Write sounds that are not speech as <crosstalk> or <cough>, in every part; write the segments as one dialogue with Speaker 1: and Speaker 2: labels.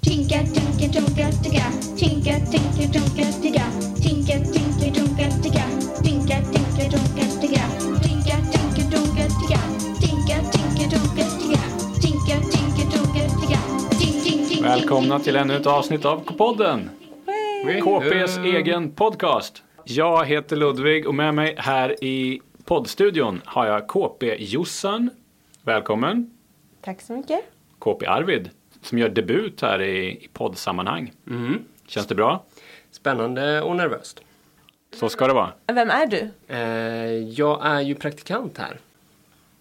Speaker 1: Tinka, tinka, tonka, ticka. Tinka, tinka, tonka, ticka. Tinka, tinka, tonka, ticka. Tinka, tinka, tonka, ticka. Tinka, tinka, tonka, ticka. Tinka, tinka, tonka, ticka. Tinka, tinka, tonka, ticka. Tink, tink, tink,
Speaker 2: Välkomna till ännu ett avsnitt av K-podden. KPs egen podcast. Jag heter Ludvig och med mig här i poddstudion har jag KP-Jossan. Välkommen.
Speaker 3: Tack så mycket.
Speaker 2: KP-Arvid som gör debut här i, i poddsammanhang. Känns det bra?
Speaker 4: Spännande och nervöst.
Speaker 2: Så ska det vara.
Speaker 3: Vem är du?
Speaker 4: Eh, jag är ju praktikant här.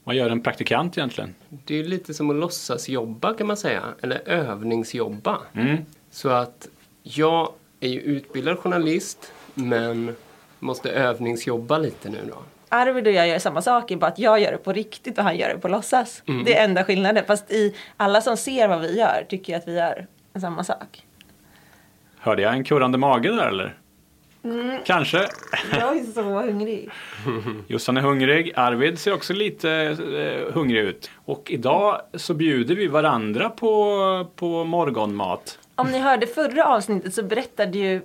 Speaker 2: Vad gör en praktikant egentligen?
Speaker 4: Det är ju lite som att låtsasjobba kan man säga, eller övningsjobba.
Speaker 2: Mm.
Speaker 4: Så att jag är ju utbildad journalist, men måste övningsjobba lite nu då.
Speaker 3: Arvid och jag gör samma sak, bara att jag gör det på riktigt och han gör det på låtsas.
Speaker 2: Mm.
Speaker 3: Det är enda skillnaden. Fast i alla som ser vad vi gör tycker att vi gör samma sak.
Speaker 2: Hörde jag en kurrande mage där eller? Kanske.
Speaker 3: Jag är så hungrig.
Speaker 2: Jossan är hungrig, Arvid ser också lite eh, hungrig ut. Och idag så bjuder vi varandra på, på morgonmat.
Speaker 3: Om ni hörde förra avsnittet så berättade ju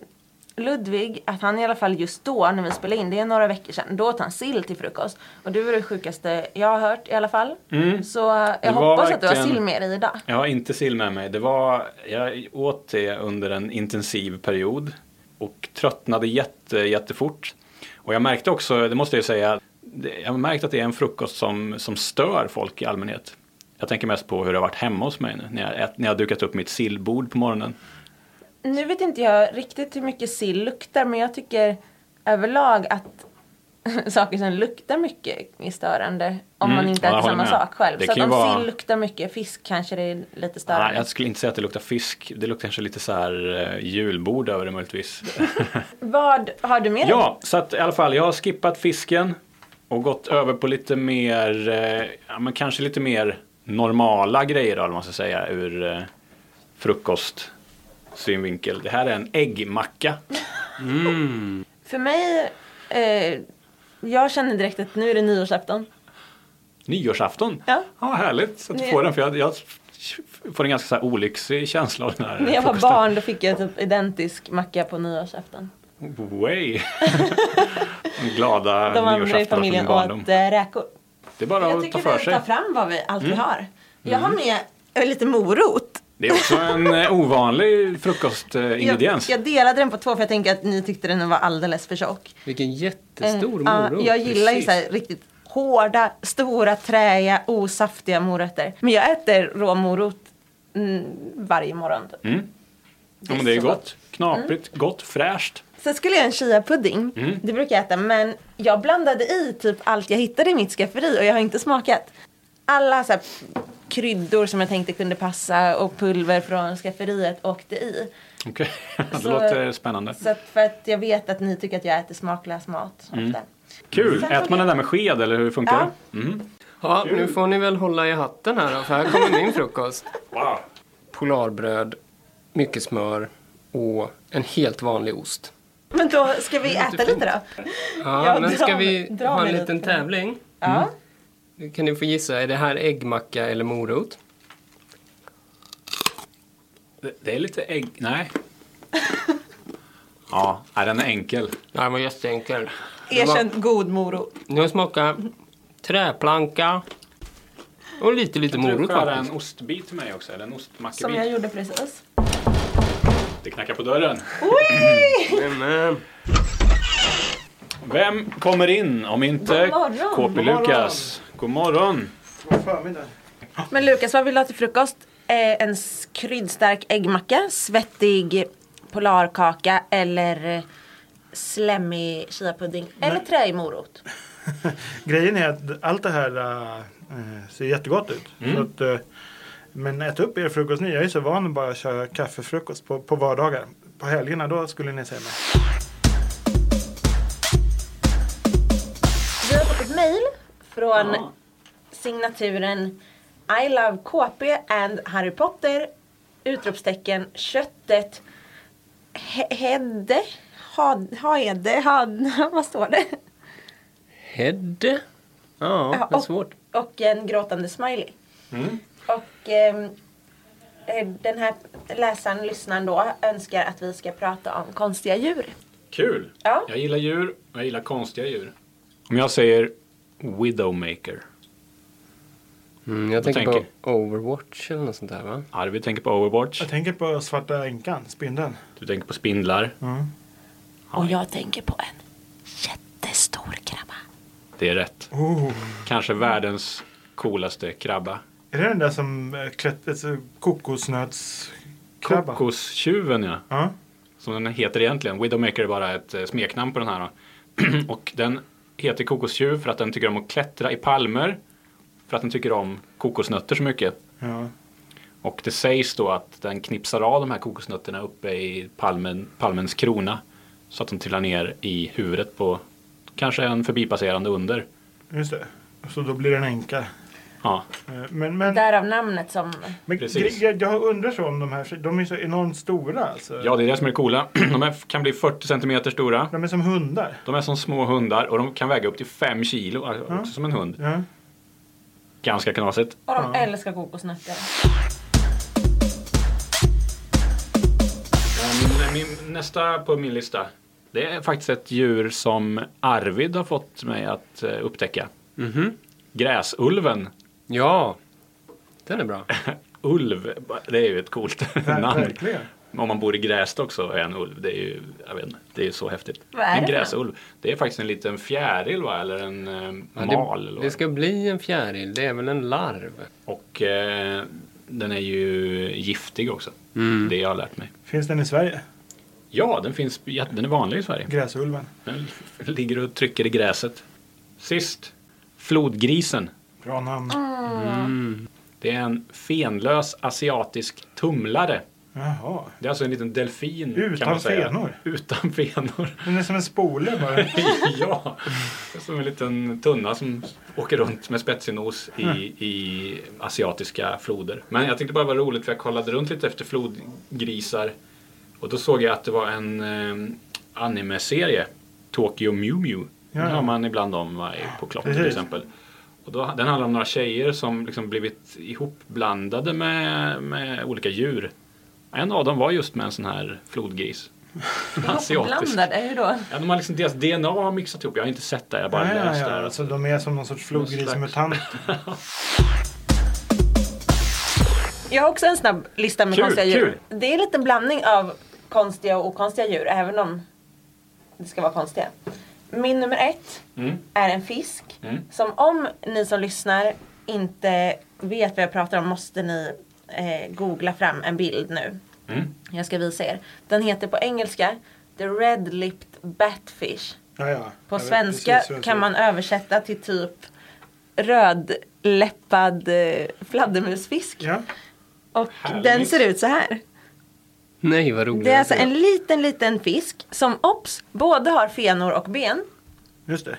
Speaker 3: Ludvig att han i alla fall just då när vi spelade in, det är några veckor sedan, då åt han sill till frukost. Och det var det sjukaste jag har hört i alla fall. Så jag
Speaker 2: Mm. Det var
Speaker 3: hoppas att du har
Speaker 2: verkligen-
Speaker 3: sill med dig idag.
Speaker 2: Jag har inte sill med mig. Det var, jag åt det under en intensiv period och tröttnade jätte, jättefort. Och jag märkte också, det måste jag ju säga, det- jag har märkt att det är en frukost som, som stör folk i allmänhet. Jag tänker mest på hur det har varit hemma hos mig nu när jag, ät- när jag har dukat upp mitt sillbord på morgonen.
Speaker 3: Nu vet inte jag riktigt hur mycket sill luktar men jag tycker överlag att <laughs> saker som luktar mycket är störande om
Speaker 2: Mm,
Speaker 3: man inte
Speaker 2: ja, jag
Speaker 3: äter
Speaker 2: håller
Speaker 3: samma
Speaker 2: med.
Speaker 3: sak själv.
Speaker 2: Det
Speaker 3: så att
Speaker 2: kan ju
Speaker 3: om
Speaker 2: vara-
Speaker 3: sill luktar mycket fisk kanske det är lite störande.
Speaker 2: Nej, jag skulle inte säga att det luktar fisk, det luktar kanske lite så här eh, julbord över det
Speaker 3: <laughs>
Speaker 2: möjligtvis.
Speaker 3: Vad har du med dig?
Speaker 2: Ja, så att i alla fall, jag har skippat fisken och gått över på lite mer, eh, ja men kanske lite mer normala grejer då, eller vad man ska säga, ur eh, frukostsynvinkel. Det här är en äggmacka.
Speaker 3: För mig, eh, jag känner direkt att nu är det nyårsafton.
Speaker 2: Nyårsafton!
Speaker 3: Ja.
Speaker 2: härligt att du
Speaker 3: Ni-
Speaker 2: får den, för jag, jag får en ganska så här olycksig känsla av den här
Speaker 3: När jag var
Speaker 2: frukosten.
Speaker 3: barn då fick jag typ identisk macka på nyårsafton.
Speaker 2: Way! <laughs> De glada
Speaker 3: De andra i
Speaker 2: nyårsaftnar från min
Speaker 3: familjen
Speaker 2: barndom.
Speaker 3: åt eh, räkor.
Speaker 2: Det är bara
Speaker 3: Jag
Speaker 2: att ta
Speaker 3: tycker
Speaker 2: för
Speaker 3: vi
Speaker 2: sig.
Speaker 3: tar fram vad vi, allt
Speaker 2: Mm.
Speaker 3: vi har. Jag har med eh, lite morot.
Speaker 2: Det är också en eh, ovanlig frukostingrediens.
Speaker 3: Jag, jag delade den på två för jag tänker att ni tyckte den var alldeles för tjock.
Speaker 4: Vilken jättestor
Speaker 3: Eh, ja,
Speaker 4: morot!
Speaker 3: jag gillar ju
Speaker 4: precis.
Speaker 3: så här riktigt hårda, stora, träiga, osaftiga morötter. Men jag äter rå morot mm, varje morgon. typ.
Speaker 2: Mm. Ja, men det är
Speaker 3: så Mm.
Speaker 2: gott. Knaprigt, gott, fräscht.
Speaker 3: Sen skulle jag göra en chia-pudding.
Speaker 2: Mm.
Speaker 3: Det brukar jag äta. Men jag blandade i typ allt jag hittade i mitt skafferi och jag har inte smakat. Alla så här kryddor som jag tänkte kunde passa och pulver från skafferiet åkte i.
Speaker 2: Okej, <laughs> det
Speaker 3: Så-
Speaker 2: låter spännande.
Speaker 3: Så att för att jag vet att ni tycker att jag äter smaklös mat ofta.
Speaker 2: Kul!
Speaker 3: Sen
Speaker 2: Äter
Speaker 3: får
Speaker 2: man
Speaker 3: jag-
Speaker 2: den där med sked eller hur funkar
Speaker 3: Ja.
Speaker 2: det? Mm.
Speaker 4: Ja, nu får ni väl hålla i hatten här då, för här kommer min frukost.
Speaker 2: Wow.
Speaker 4: Polarbröd, mycket smör och en helt vanlig ost.
Speaker 3: Men då ska vi äta
Speaker 4: fint.
Speaker 3: lite då.
Speaker 4: Ja,
Speaker 3: Ja,
Speaker 4: men
Speaker 3: dra
Speaker 4: ska
Speaker 3: mig-
Speaker 4: vi
Speaker 3: dra
Speaker 4: ha
Speaker 3: mig
Speaker 4: en
Speaker 3: lite.
Speaker 4: liten tävling?
Speaker 3: Ja.
Speaker 4: Nu kan ni få gissa, är det här äggmacka eller morot?
Speaker 2: Det, det är lite ägg...
Speaker 3: <laughs>
Speaker 2: Nej. ja, nej, den är enkel.
Speaker 4: Ja, den var jätteenkel.
Speaker 3: Erkänt god morot.
Speaker 4: Nu smakar träplanka och lite, lite
Speaker 2: du
Speaker 4: morot
Speaker 2: skära en
Speaker 4: faktiskt.
Speaker 2: ostbit till mig också? Eller en ostmackebit?
Speaker 3: Som jag gjorde precis.
Speaker 2: Det knackar på dörren. <laughs>
Speaker 4: Jajamän.
Speaker 2: Vem kommer in om inte
Speaker 3: God morgon.
Speaker 2: KP
Speaker 3: God
Speaker 2: Lukas? God morgon!
Speaker 3: Men Lukas, vad vill du ha till frukost? Eh, en s- kryddstark äggmacka, svettig polarkaka eller eh, slemmig chiapudding. Eller träig morot.
Speaker 5: Grejen är att allt det här äh, ser jättegott ut. Så att, eh, men ät upp er frukost nu. Jag är så van att bara köra kaffefrukost på, på vardagar. På helgerna då skulle ni säga mig.
Speaker 3: Vi har fått ett mejl från signaturen I love KP and Harry Potter! Utropstecken köttet he- Hedde? Had, hede? Had, <laughs> vad står det?
Speaker 4: Hedde? Ja, det är
Speaker 3: och,
Speaker 4: svårt. Mm.
Speaker 3: och en gråtande smiley. Och ehm, eh, den här läsaren, lyssnaren då, önskar att vi ska prata om konstiga djur.
Speaker 2: Kul!
Speaker 3: Ja.
Speaker 2: Jag gillar djur och jag gillar konstiga djur. Om jag säger Widowmaker.
Speaker 4: Mm, jag
Speaker 2: Vad
Speaker 4: tänker,
Speaker 2: tänker?
Speaker 4: på Overwatch eller något sånt där va?
Speaker 2: Arvid tänker på Overwatch.
Speaker 5: Jag tänker på Svarta Änkan, Spindeln.
Speaker 2: Du tänker på spindlar.
Speaker 3: Och jag tänker på en jättestor krabba.
Speaker 2: Det är rätt.
Speaker 5: Oh.
Speaker 2: Kanske världens coolaste krabba.
Speaker 5: Är det den där som eh, klätt, alltså, kokosnötskrabba?
Speaker 2: Kokostjuven ja.
Speaker 5: Ja.
Speaker 2: Som den heter egentligen. Widowmaker är bara ett eh, smeknamn på den här. då. <clears throat> och den heter kokostjuv för att den tycker om att klättra i palmer. För att den tycker om kokosnötter så mycket.
Speaker 5: ja.
Speaker 2: Och det sägs då att den knipsar av de här kokosnötterna uppe i palmen, palmens krona. Så att de trillar ner i huvudet på kanske en förbipasserande under.
Speaker 5: Just det. Så då blir det en änka.
Speaker 2: Ja,
Speaker 5: Eh, Men,
Speaker 4: Mm.
Speaker 5: men,
Speaker 3: Därav namnet som...
Speaker 5: men
Speaker 2: precis.
Speaker 5: gre- jag, jag undrar så om de här, för de är så enormt stora alltså.
Speaker 2: ja det är det som är det coola. <clears throat> De här kan bli 40 centimeter stora.
Speaker 5: De är som hundar.
Speaker 2: De är som små hundar och de kan väga upp till 5 kilo, alltså också som en hund.
Speaker 5: Ja.
Speaker 2: Ganska knasigt.
Speaker 3: Och de älskar kokosnötter.
Speaker 2: Men min, nästa på min lista, det är faktiskt ett djur som Arvid har fått mig att eh, upptäcka.
Speaker 4: Mhm.
Speaker 2: Gräsulven.
Speaker 4: Ja, den är bra.
Speaker 2: Ulv, det är ju ett coolt <laughs>
Speaker 5: Ver-
Speaker 2: namn.
Speaker 5: verkligen.
Speaker 2: Om man bor i Grästa också och är en ulv. Det är ju, jag vet inte, det är ju så häftigt.
Speaker 3: Vad är
Speaker 2: en
Speaker 3: det?
Speaker 2: gräsulv. Det är faktiskt en liten fjäril va? eller en eh,
Speaker 4: Ja,
Speaker 2: mal. eller
Speaker 4: det,
Speaker 2: vad
Speaker 4: det
Speaker 2: det
Speaker 4: ska bli en fjäril, det är väl en larv?
Speaker 2: är. Och eh, den är ju giftig också.
Speaker 4: Mm.
Speaker 2: Det jag har lärt mig.
Speaker 5: Finns den i Sverige?
Speaker 2: Ja, den, finns, ja, den är vanlig i Sverige.
Speaker 5: Gräsulven.
Speaker 2: Den <laughs> ligger och trycker i gräset. Sist, flodgrisen.
Speaker 5: Bra namn.
Speaker 2: Det är en fenlös asiatisk tumlare.
Speaker 5: Jaha.
Speaker 2: Det är alltså en liten delfin kan
Speaker 5: Utan
Speaker 2: man säga.
Speaker 5: fenor?
Speaker 2: Utan fenor.
Speaker 5: Den är som en spole <laughs> bara.
Speaker 2: <laughs> ja, det är som en liten tunna som åker runt med spetsig nos i,
Speaker 5: Mm.
Speaker 2: i asiatiska floder. Men jag tänkte bara vara roligt för jag kollade runt lite efter flodgrisar och då såg jag att det var en eh, anime-serie, Tokyo Mew Mew. Den
Speaker 5: Ja, ja.
Speaker 2: har man ibland om va, i- på klotter till
Speaker 5: Precis.
Speaker 2: exempel. Och då, den handlar om några tjejer som liksom blivit ihopblandade med, med olika djur. En av dem var just med en sån här flodgris. Asiatisk.
Speaker 3: Blandade, hur då?
Speaker 2: Ja, de har liksom, deras DNA har mixat ihop. Jag har inte sett det, jag har bara
Speaker 5: ja, ja,
Speaker 2: läst det.
Speaker 5: ja.
Speaker 2: här.
Speaker 5: Alltså, de är som någon sorts flodgrismutant.
Speaker 3: Jag har också en snabb lista med
Speaker 2: Kul,
Speaker 3: konstiga djur.
Speaker 2: kul.
Speaker 3: Det är en liten blandning av konstiga och okonstiga djur, även om det ska vara konstiga. Min nummer ett
Speaker 2: Mm.
Speaker 3: är en fisk.
Speaker 2: Mm.
Speaker 3: Som om ni som lyssnar inte vet vad jag pratar om måste ni eh, googla fram en bild nu.
Speaker 2: Mm.
Speaker 3: Jag ska visa er. Den heter på engelska The Red-Lipped Batfish.
Speaker 5: Ja, ja.
Speaker 3: På
Speaker 5: Jag vet
Speaker 3: svenska
Speaker 5: precis hur den ser
Speaker 3: kan
Speaker 5: ut.
Speaker 3: man översätta till typ rödläppad eh, fladdermusfisk.
Speaker 5: Ja.
Speaker 3: Och
Speaker 2: Härligt.
Speaker 3: den ser ut så här.
Speaker 4: Nej, vad roligt.
Speaker 3: Det är alltså en liten, liten fisk som obs, både har fenor och ben.
Speaker 5: Just det.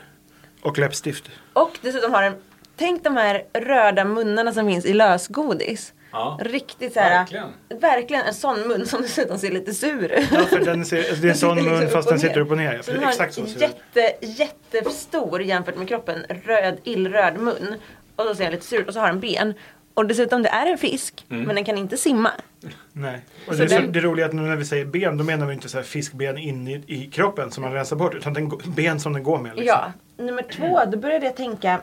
Speaker 5: Och läppstift.
Speaker 3: Och dessutom har den, tänk de här röda munnarna som finns i lösgodis.
Speaker 2: Ja.
Speaker 3: Riktigt så här,
Speaker 2: Verkligen.
Speaker 3: verkligen en sån mun som dessutom ser lite sur ut.
Speaker 5: Ja, för den ser, alltså, det är en
Speaker 3: <laughs> sitter
Speaker 5: sån
Speaker 3: liksom
Speaker 5: mun fast den
Speaker 3: ner.
Speaker 5: sitter upp och ner.
Speaker 3: Så
Speaker 5: Ja,
Speaker 3: den har
Speaker 5: Exakt så
Speaker 3: en
Speaker 5: ser det ut.
Speaker 3: jätte, jättestor jämfört med kroppen, röd, illröd mun. Och så ser den lite sur ut och så har den ben. Och dessutom det är en fisk,
Speaker 5: Mm.
Speaker 3: men den kan inte simma.
Speaker 5: Nej. Och det, är
Speaker 3: den-
Speaker 5: så, det roliga är att nu när vi säger ben, då menar vi inte så här fiskben in i, i kroppen som man rensar bort, utan den, g- ben som den går med. Liksom.
Speaker 3: Ja, nummer två, då började jag tänka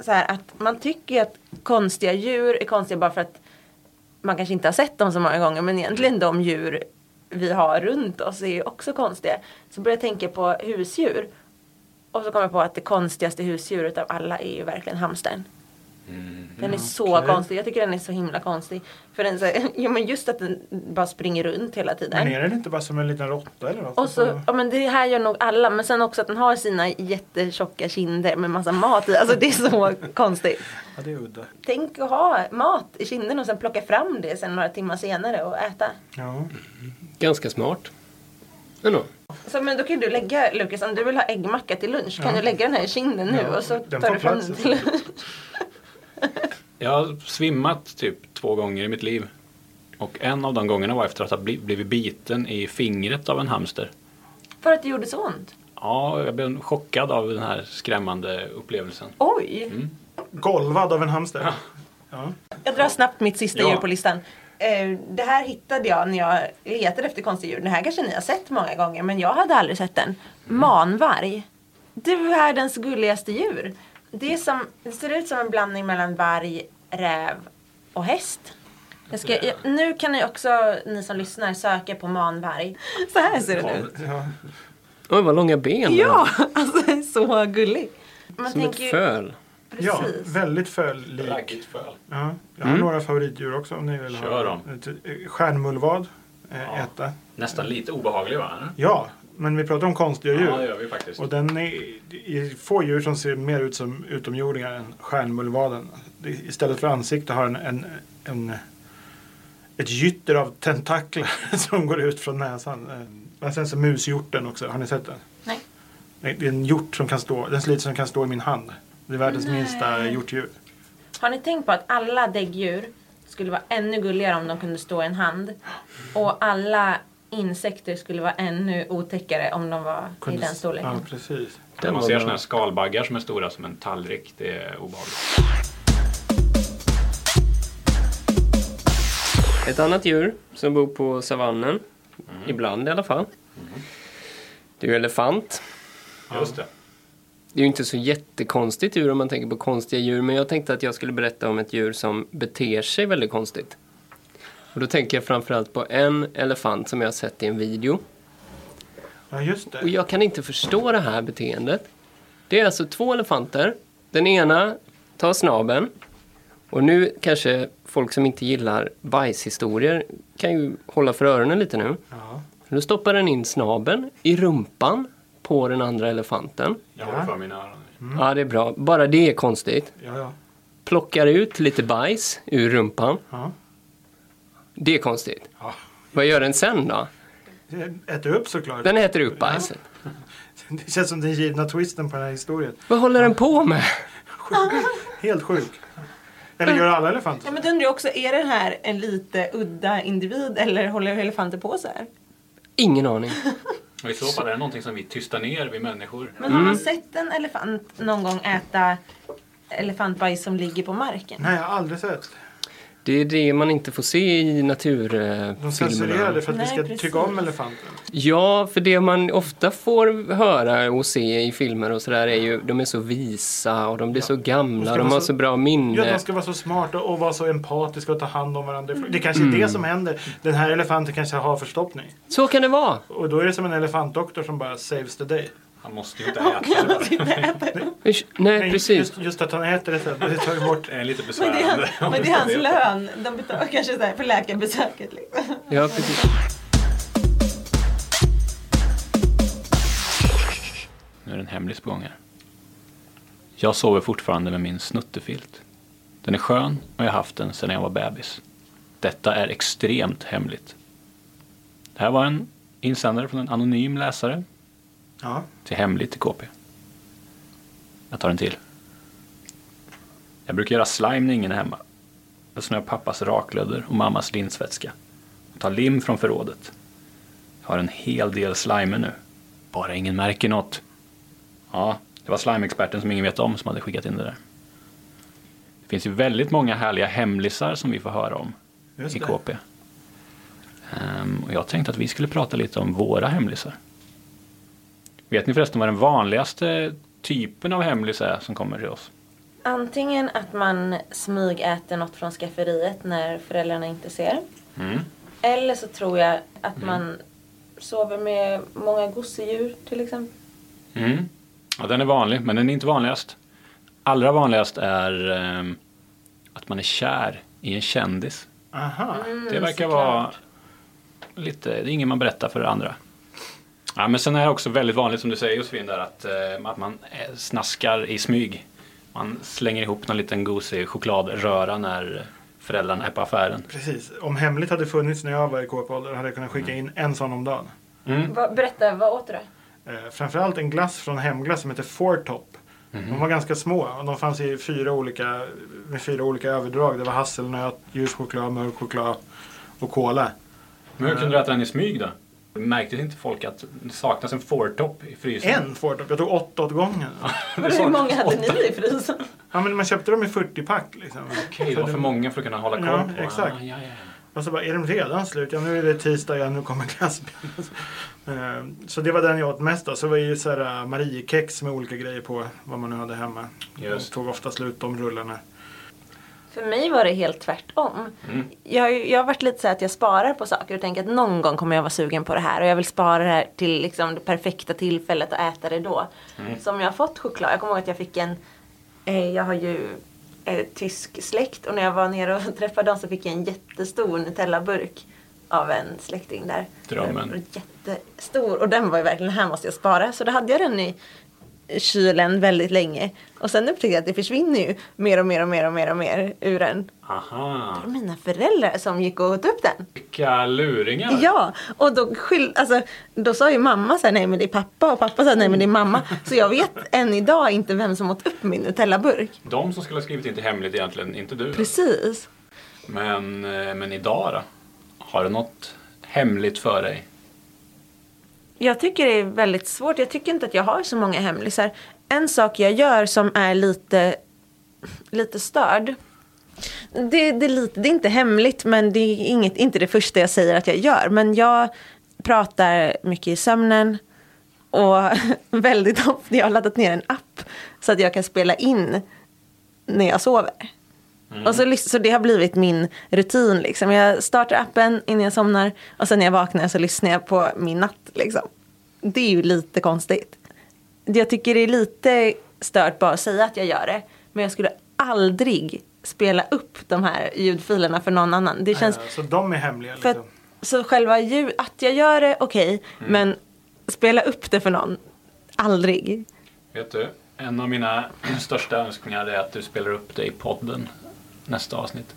Speaker 3: så här att man tycker ju att konstiga djur är konstiga bara för att man kanske inte har sett dem så många gånger men egentligen de djur vi har runt oss är ju också konstiga. Så började jag tänka på husdjur och så kom jag på att det konstigaste husdjuret av alla är ju verkligen hamstern. Den är så konstig, jag tycker den är så himla konstig. För den, så här, <laughs> ja, men just att den bara springer runt hela tiden.
Speaker 5: Men är den inte bara som en liten råtta eller något? Alltså,
Speaker 3: Och så, ja men det här gör nog alla, men sen också att den har sina jättetjocka kinder med massa mat i. Alltså det är så <laughs> konstigt.
Speaker 5: Ja, det är udda.
Speaker 3: Tänk att ha mat i kinden och sen plocka fram det sen några timmar senare och äta.
Speaker 5: Ja.
Speaker 4: Ganska smart. Ändå.
Speaker 3: Så men då kan ju du lägga, Lukas, om du vill ha äggmacka till lunch kan du lägga den här i kinden nu
Speaker 5: Ja,
Speaker 3: och så
Speaker 5: den
Speaker 3: tar
Speaker 5: får
Speaker 3: du fram
Speaker 5: plats.
Speaker 3: den till <laughs> lunch.
Speaker 2: Jag har svimmat typ två gånger i mitt liv. Och en av de gångerna var efter att ha bli- blivit biten i fingret av en hamster.
Speaker 3: För att det gjorde så ont.
Speaker 2: Ja, jag blev chockad av den här skrämmande upplevelsen.
Speaker 3: Oj!
Speaker 5: Golvad av en hamster. Ja.
Speaker 3: Jag drar snabbt mitt sista
Speaker 2: Ja.
Speaker 3: djur på listan. Eh, Det här hittade jag när jag letade efter konstiga djur. Det här kanske ni har sett många gånger men jag hade aldrig sett den. Manvarg. Det är världens gulligaste djur. Det, är som, det ser ut som en blandning mellan varg, räv och häst. Jag ska, jag, nu kan ni också, ni som lyssnar, söka på manvarg. Så här ser den ut.
Speaker 5: Ja.
Speaker 4: Oj, vad långa ben den har.
Speaker 3: Ja, <laughs> alltså den är så gullig. Man
Speaker 4: Som ett
Speaker 3: tänker ju-
Speaker 4: föl.
Speaker 5: ja,
Speaker 3: Precis.
Speaker 5: väldigt följd.
Speaker 2: Raggigt föl.
Speaker 5: Ja, jag har några favoritdjur också om ni vill ha.
Speaker 2: Kör dem.
Speaker 5: Ett- Stjärnmullvad, eh,
Speaker 2: Ja.
Speaker 5: äta.
Speaker 2: Nästan lite obehaglig va?
Speaker 5: Ja, men vi pratar om konstiga djur.
Speaker 2: Ja, det gör vi faktiskt.
Speaker 5: Och den är, det är få djur som ser mer ut som utomjordingar än stjärnmullvaden. Det- Istället för ansikte har den en, en, ett gytter av tentakler <laughs> som går ut från näsan. Eh, Men sen så mushjorten också, har ni sett den?
Speaker 3: Nej.
Speaker 5: Det är en hjort som kan stå, den ser ut som den kan stå i min hand. Det är världens minsta hjortdjur.
Speaker 3: Har ni tänkt på att alla däggdjur skulle vara ännu gulligare om de kunde stå i en hand? Och alla insekter skulle vara ännu otäckare om de var i den
Speaker 5: Ja,
Speaker 3: storleken.
Speaker 5: precis.
Speaker 2: När
Speaker 4: Den
Speaker 2: man
Speaker 4: var
Speaker 2: ser
Speaker 4: bra.
Speaker 2: såna här skalbaggar som är stora som en tallrik, det är obehagligt.
Speaker 4: Ett annat djur som bor på savannen, ibland i alla fall, det är ju elefant.
Speaker 2: Just det.
Speaker 4: Det är ju inte så jättekonstigt djur om man tänker på konstiga djur, men jag tänkte att jag skulle berätta om ett djur som beter sig väldigt konstigt. Och då tänker jag framförallt på en elefant som jag har sett i en video.
Speaker 5: Ja, just
Speaker 4: Och
Speaker 5: det.
Speaker 4: jag kan inte förstå det här beteendet. Det är alltså två elefanter. Den ena tar snabeln. Och nu kanske folk som inte gillar bajshistorier kan ju hålla för öronen lite nu.
Speaker 5: Ja.
Speaker 4: Nu stoppar den in snabeln i rumpan på den andra elefanten.
Speaker 2: Jag håller för mina öron.
Speaker 5: Mm.
Speaker 4: Ja, det är bra. Bara det är konstigt.
Speaker 5: Ja, ja.
Speaker 4: Plockar ut lite bajs ur rumpan.
Speaker 5: ja.
Speaker 4: Det är konstigt.
Speaker 5: ja.
Speaker 4: Vad gör den sen då?
Speaker 5: Äter upp såklart.
Speaker 4: Den äter upp bajset.
Speaker 5: <laughs> Det känns som den givna twisten på den här historien.
Speaker 4: Vad håller den på med?
Speaker 5: Helt sjuk. Eller gör alla elefanter
Speaker 3: Ja,
Speaker 5: så?
Speaker 3: men då undrar jag också, är den här en lite udda individ eller håller elefanter på så här?
Speaker 4: Ingen aning.
Speaker 2: Och i så fall är det någonting som vi tystar ner, vi människor.
Speaker 3: Men har man sett en elefant någon gång äta elefantbajs som ligger på marken?
Speaker 5: <laughs> Nej, jag har aldrig sett.
Speaker 4: Det är det man inte får se i eh, naturfilmerna.
Speaker 5: De censurerade för att vi
Speaker 3: Nej,
Speaker 5: ska
Speaker 3: precis.
Speaker 5: tycka om elefanten.
Speaker 4: Ja, för det man ofta får höra och se i filmer och sådär är ju de är så visa och de blir så
Speaker 5: De
Speaker 4: gamla,
Speaker 5: ska
Speaker 4: de
Speaker 5: vara
Speaker 4: har
Speaker 5: så-
Speaker 4: så bra
Speaker 5: Ja,
Speaker 4: minne.
Speaker 5: de ska vara så smarta och vara så empatiska och ta hand om varandra. Det kanske är
Speaker 4: Mm.
Speaker 5: det som händer. Den här elefanten kanske har förstoppning.
Speaker 4: Så kan det vara!
Speaker 5: Och då är det som en elefantdoktor som bara saves the day.
Speaker 2: Han måste ju inte äta.
Speaker 4: Usch, Nej,
Speaker 5: Nej,
Speaker 4: precis.
Speaker 5: Just, just att han äter det sen, det tar ju
Speaker 4: <laughs>
Speaker 5: bort.
Speaker 2: Det är lite
Speaker 3: <laughs> Men det är
Speaker 2: besvärande.
Speaker 3: hans, men det är
Speaker 2: <laughs>
Speaker 3: hans lön. De betalar kanske så här för läkarbesöket liksom.
Speaker 4: Ja, precis.
Speaker 2: Nu är det en hemlis på gång här. Jag sover fortfarande med min snuttefilt. Den är skön och jag har haft den sedan jag var bebis. Detta är extremt hemligt. Det här var en insändare från en anonym läsare
Speaker 5: Ja.
Speaker 2: till hemligt till KP. Jag tar en till. Jag brukar göra slime när ingen är hemma. Jag snör pappas raklödder och mammas linsvätska. Och tar lim från förrådet. Jag har en hel del slimer nu. Bara ingen märker något. Ja, det var slimeexperten som ingen vet om som hade skickat in det där. Det finns ju väldigt många härliga hemlisar som vi får höra om
Speaker 5: Just
Speaker 2: i
Speaker 5: det.
Speaker 2: KP. Ehm, och jag tänkte att vi skulle prata lite om våra hemlisar. Vet ni förresten vad den vanligaste typen av hemlis är som kommer till oss?
Speaker 3: Antingen att man smygäter något från skafferiet när föräldrarna inte ser.
Speaker 2: Mm.
Speaker 3: Eller så tror jag att man sover med många gosedjur till exempel.
Speaker 2: Mm. Ja, den är vanlig, men den är inte vanligast. Allra vanligast är ehm, att man är kär i en kändis.
Speaker 5: Aha.
Speaker 2: det verkar
Speaker 3: såklart.
Speaker 2: vara lite, det är ingen man berättar för andra. Ja, men sen är det också väldigt vanligt som du säger Josefin där att, eh, att man eh, snaskar i smyg. Man slänger ihop någon liten gosig chokladröra när föräldrarna är på affären.
Speaker 5: Precis. Om hemligt hade funnits när jag var i kåpåldern hade jag kunnat skicka
Speaker 4: Mm.
Speaker 5: in en sån om dagen.
Speaker 2: Mm.
Speaker 3: Va, berätta, vad åt du
Speaker 2: <laughs>
Speaker 3: då?
Speaker 5: Eh, framförallt en glass från Hemglass som heter Four Top.
Speaker 2: Mhm.
Speaker 5: De var ganska små och de fanns i fyra olika, med fyra olika överdrag. Det var hasselnöt, ljus choklad, mörk choklad och cola.
Speaker 2: Men hur kunde du äta den i smyg då? Märkte inte folk att det saknas en fårtopp i frysen?
Speaker 5: En Fordtop, jag tog åtta åt gången.
Speaker 2: Det sa-
Speaker 3: Hur många hade
Speaker 2: åtta.
Speaker 3: ni i frysen?
Speaker 5: Ja, men man köpte dem i 40-pack liksom.
Speaker 2: Okej, det var för många för att kunna hålla koll
Speaker 5: Ja,
Speaker 2: på.
Speaker 5: exakt.
Speaker 2: Ah, ja, ja.
Speaker 5: Och så bara, är de redan slut? Ja, nu är det tisdag, ja, nu kommer glassbilen. Eh, så det var den jag åt mest av. Så det var ju så här eh, Mariekex med olika grejer på, vad man nu hade hemma.
Speaker 2: Just.
Speaker 5: De tog ofta slut de rullarna.
Speaker 3: För mig var det helt tvärtom.
Speaker 2: Mm.
Speaker 3: Jag, jag har varit lite så här att jag sparar på saker och tänker att någon gång kommer jag vara sugen på det här och jag vill spara det här till liksom det perfekta tillfället och äta det då.
Speaker 2: Mm.
Speaker 3: Som jag har fått choklad. Jag kommer ihåg att jag fick en, eh, jag har ju eh, tysk släkt och när jag var nere och <laughs> träffade dem så fick jag en jättestor Nutella-burk av en släkting där.
Speaker 2: Drömmen.
Speaker 3: Och Jättestor och den var ju verkligen, här måste jag spara. Så då hade jag den i kylen väldigt länge. Och sen upptäckte jag att det försvinner ju mer och mer och mer och mer och mer ur den.
Speaker 2: Aha,
Speaker 3: Och Mina föräldrar som gick och åt upp den.
Speaker 2: vilka luringar.
Speaker 3: Ja, och då, skyll, alltså, då sa ju mamma så här, nej men det är pappa och pappa sa nej men det är <laughs> mamma. Så jag vet än idag inte vem som åt upp min Nutella-burk.
Speaker 2: De som skulle ha skrivit in till hemligt egentligen, inte du.
Speaker 3: Precis.
Speaker 2: Men, eh, men idag då? Har du något hemligt för dig?
Speaker 3: Jag tycker det är väldigt svårt. Jag tycker inte att jag har så många hemlisar. En sak jag gör som är lite, lite störd. Det, det, är lite, det är inte hemligt men det är inget, inte det första jag säger att jag gör. Men jag pratar mycket i sömnen. Och <laughs> väldigt ofta, jag har laddat ner en app. Så att jag kan spela in när jag sover. Och så, lys- så det har blivit min rutin. Liksom. Jag startar appen innan jag somnar och sen när jag vaknar så lyssnar jag på min natt. Liksom. Det är ju lite konstigt. Jag tycker det är lite stört bara att säga att jag gör det. Men jag skulle aldrig spela upp de här ljudfilerna för någon annan. Det känns...
Speaker 5: Eh, så de är hemliga.
Speaker 3: För
Speaker 5: Liksom.
Speaker 3: att, så själva ljud, att jag gör det, okej. Men spela upp det för någon, aldrig.
Speaker 2: Vet du, en av mina <clears throat> största önskningar är att du spelar upp dig i podden nästa avsnitt.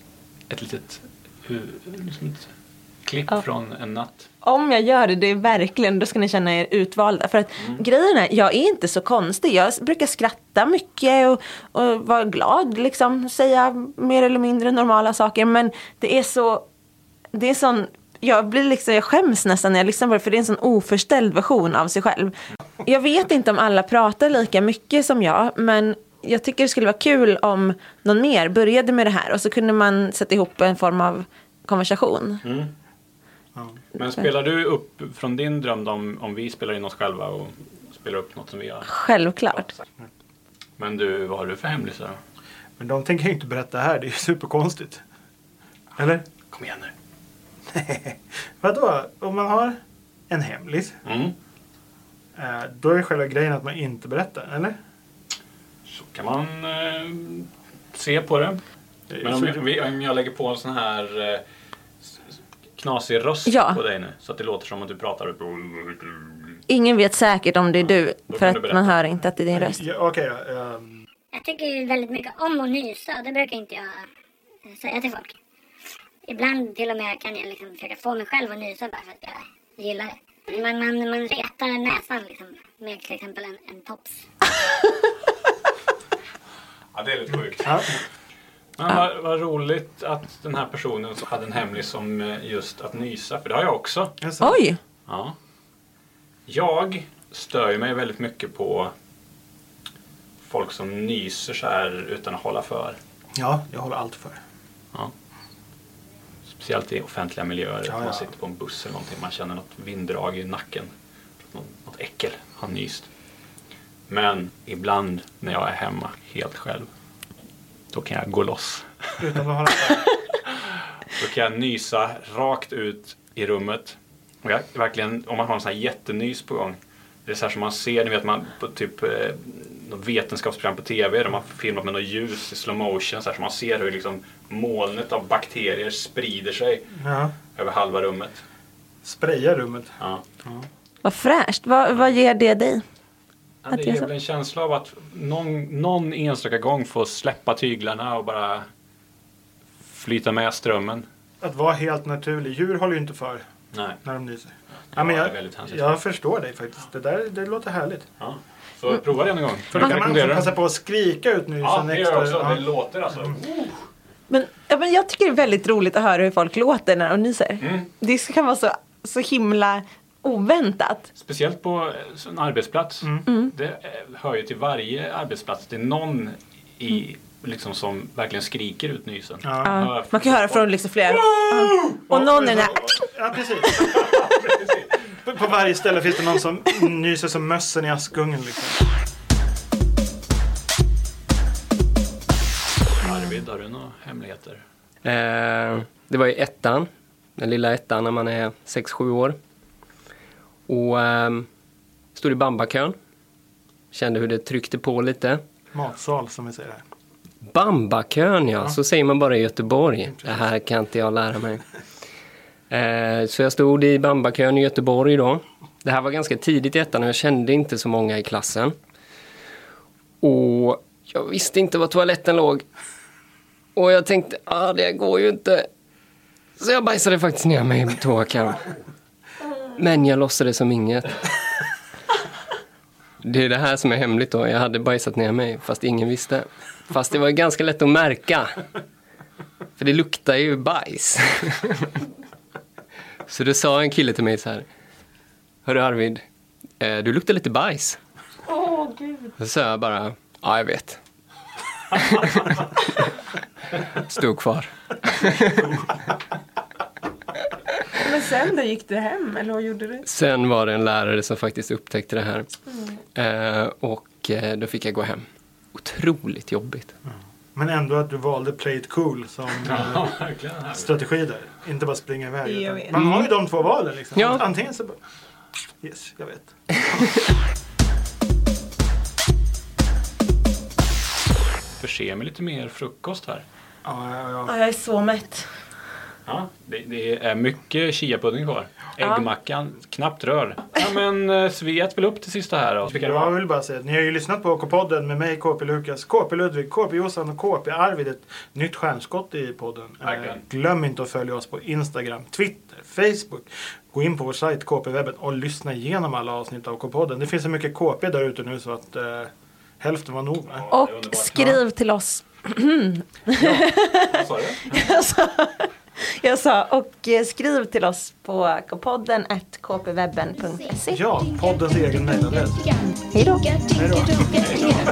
Speaker 2: Ett litet hu- liksom ett klipp från en natt.
Speaker 3: Om jag gör det, det är verkligen, då ska ni känna er utvalda. För att grejen är, jag är inte så konstig. Jag brukar skratta mycket och, och vara glad, liksom. Säga mer eller mindre normala saker. Men det är så, det är sån, jag blir liksom, jag skäms nästan när jag lyssnar på det. För det är en sån oförställd version av sig själv. Jag vet inte om alla pratar lika mycket som jag. Men jag tycker det skulle vara kul om någon mer började med det här. Och så kunde man sätta ihop en form av konversation.
Speaker 2: Men spelar du upp från din dröm då om, om vi spelar in oss själva och spelar upp något som vi har?
Speaker 3: Självklart.
Speaker 2: Men du, vad har du för hemlisar då?
Speaker 5: Men de tänker jag inte berätta här, det är ju <laughs> superkonstigt. Eller?
Speaker 2: Kom igen nu.
Speaker 5: <laughs> Vadå? Om man har en hemlis,
Speaker 2: Mm.
Speaker 5: eh, då är själva grejen att man inte berättar, eller?
Speaker 2: Så kan man eh, se på det. Men om
Speaker 5: Så-
Speaker 2: jag, vi- om jag lägger på en sån här eh, s- s- knasig röst
Speaker 3: Ja.
Speaker 2: på dig nu så att det låter som att du pratar upp.
Speaker 3: Ingen vet säkert om det är du.
Speaker 2: Då
Speaker 3: För
Speaker 2: kan du
Speaker 3: att
Speaker 2: berätta.
Speaker 3: man hör inte att det är din röst.
Speaker 5: Ja, Okej då. ehm,
Speaker 6: Jag tycker ju väldigt mycket om att nysa. Det brukar inte jag eh, säga till folk. Ibland till och med kan jag liksom försöka få mig själv att nysa bara för att jag gillar det. Man, man, man retar näsan liksom, med till exempel en, en tops.
Speaker 2: Ja, det är lite sjukt.
Speaker 5: ja.
Speaker 2: Mm. Men vad, vad roligt att den här personen som hade en hemlis som eh, just att nysa, för det har jag också.
Speaker 5: jag sa-
Speaker 3: Oj!
Speaker 2: Ja. Jag stör ju mig väldigt mycket på folk som nyser så här utan att hålla för.
Speaker 5: Ja, jag håller allt för.
Speaker 2: Speciellt i offentliga miljöer.
Speaker 5: Ja,
Speaker 2: man
Speaker 5: ja.
Speaker 2: sitter på en buss eller någonting. Man känner något vinddrag i nacken. Nå- Något äckel har nyst. Men ibland när jag är hemma helt själv. Då kan jag gå loss.
Speaker 5: Utan att hålla <laughs> för.
Speaker 2: Då kan jag nysa rakt ut i rummet. Och jag, verkligen, om man har en sån här jättenys på gång. Det är så här som man ser, ni vet man på typ eh, något vetenskapsprogram på TV där man filmat med något ljus i slow motion. Så här, så man ser hur liksom molnet av bakterier sprider sig
Speaker 5: Ja.
Speaker 2: över halva rummet.
Speaker 5: Spraya rummet.
Speaker 2: Ja.
Speaker 3: Vad fräscht. Vad, vad ger det dig?
Speaker 2: Ja,
Speaker 3: Att
Speaker 2: det
Speaker 3: jag
Speaker 2: ger
Speaker 3: så-
Speaker 2: väl en känsla av att någon, någon enstaka gång få släppa tyglarna och bara flyta med strömmen.
Speaker 5: Att vara helt naturlig. Djur håller ju inte för
Speaker 2: Nej.
Speaker 5: när de nyser.
Speaker 2: Ja,
Speaker 5: Ja, men
Speaker 2: det är
Speaker 5: jag,
Speaker 2: väldigt hänsynslöst.
Speaker 5: jag förstår dig faktiskt. Det där det låter härligt.
Speaker 2: Ja. Så prova det en gång.
Speaker 5: För då kan man också passa på att skrika ut nysen
Speaker 2: Ja, det gör jag också.
Speaker 5: Ja.
Speaker 2: Det låter alltså.
Speaker 3: Men, ja, men jag tycker det är väldigt roligt att höra hur folk låter när de nyser. Det kan vara så, så himla oväntat.
Speaker 2: Speciellt på eh, en arbetsplats.
Speaker 3: Mm.
Speaker 2: Det eh, hör ju till varje arbetsplats. Det är någon i, liksom, som verkligen skriker ut nysen.
Speaker 5: Ja.
Speaker 2: Man
Speaker 3: Mm. Ja.
Speaker 2: hör-
Speaker 3: Man kan höra från liksom flera. Ja. Och någon är den här.
Speaker 5: Ja, precis. <laughs> På- På varje ställe finns det någon som nyser som mössen i Askungen. Liksom.
Speaker 2: Arvid, har du några hemligheter?
Speaker 4: Eh, det var ju ettan, den lilla ettan när man är 6-7 år. Och ehm, stod i bambakön. Kände hur det tryckte på lite.
Speaker 5: Matsal som vi säger här.
Speaker 4: Bambakön ja, så säger man bara i Göteborg. Det här kan inte jag lära mig. Eh, Så jag stod i bambakön i Göteborg då. Det här var ganska tidigt i ettan och jag kände inte så många i klassen. Och jag visste inte var toaletten låg. Och jag tänkte, ah, det går ju inte. Så jag bajsade faktiskt ner mig i toakön. Men jag låtsades som inget. Det är det här som är hemligt då. Jag hade bajsat ner mig fast ingen visste. Fast det var ju ganska lätt att märka. För det luktar ju bajs. Så då sa en kille till mig så här. Hörru Arvid, eh, du luktar lite bajs. Åh gud. Så sa jag bara, ja jag vet. Stod kvar.
Speaker 3: Men sen då gick du hem eller vad gjorde du?
Speaker 4: Sen var det en lärare som faktiskt upptäckte det här. Eh, och eh, då fick jag gå hem. Otroligt jobbigt.
Speaker 5: Men ändå att du valde play it cool som eh,
Speaker 2: verkligen.
Speaker 5: strategi där. Inte bara springa iväg.
Speaker 3: Jag vet.
Speaker 5: Utan man har ju de två valen. Liksom.
Speaker 4: Ja.
Speaker 5: Antingen så bara... Yes, jag vet.
Speaker 2: Förse mig lite mer frukost här.
Speaker 5: Ja, ja, ja.
Speaker 3: Ja, jag är så mätt.
Speaker 2: Ja, det, det är mycket chiapudding kvar. Äggmackan, knappt rör. Ja, men eh, så vi äter väl upp det sista här då. Vilka det
Speaker 5: Jag
Speaker 2: var?
Speaker 5: vill bara säga att ni har ju lyssnat på K-podden med mig, KP Lukas, KP Ludvig, KP Jossan och KP Arvid. Ett nytt stjärnskott i podden.
Speaker 2: Verkligen.
Speaker 5: Eh, glöm inte att följa oss på Instagram, Twitter, Facebook. Gå in på vår sajt KP-webben och lyssna igenom alla avsnitt av K-podden. Det finns så mycket KP där ute nu så att eh, hälften var nog. va?
Speaker 2: det är
Speaker 3: Och
Speaker 2: underbart.
Speaker 3: skriv till oss.
Speaker 2: Vad sa du?
Speaker 3: <laughs> Jag sa, jag sa och eh, skriv till oss på podden at kpwebben.se.
Speaker 5: Ja, poddens egen mejladress.
Speaker 3: Hej då.
Speaker 1: Hej då.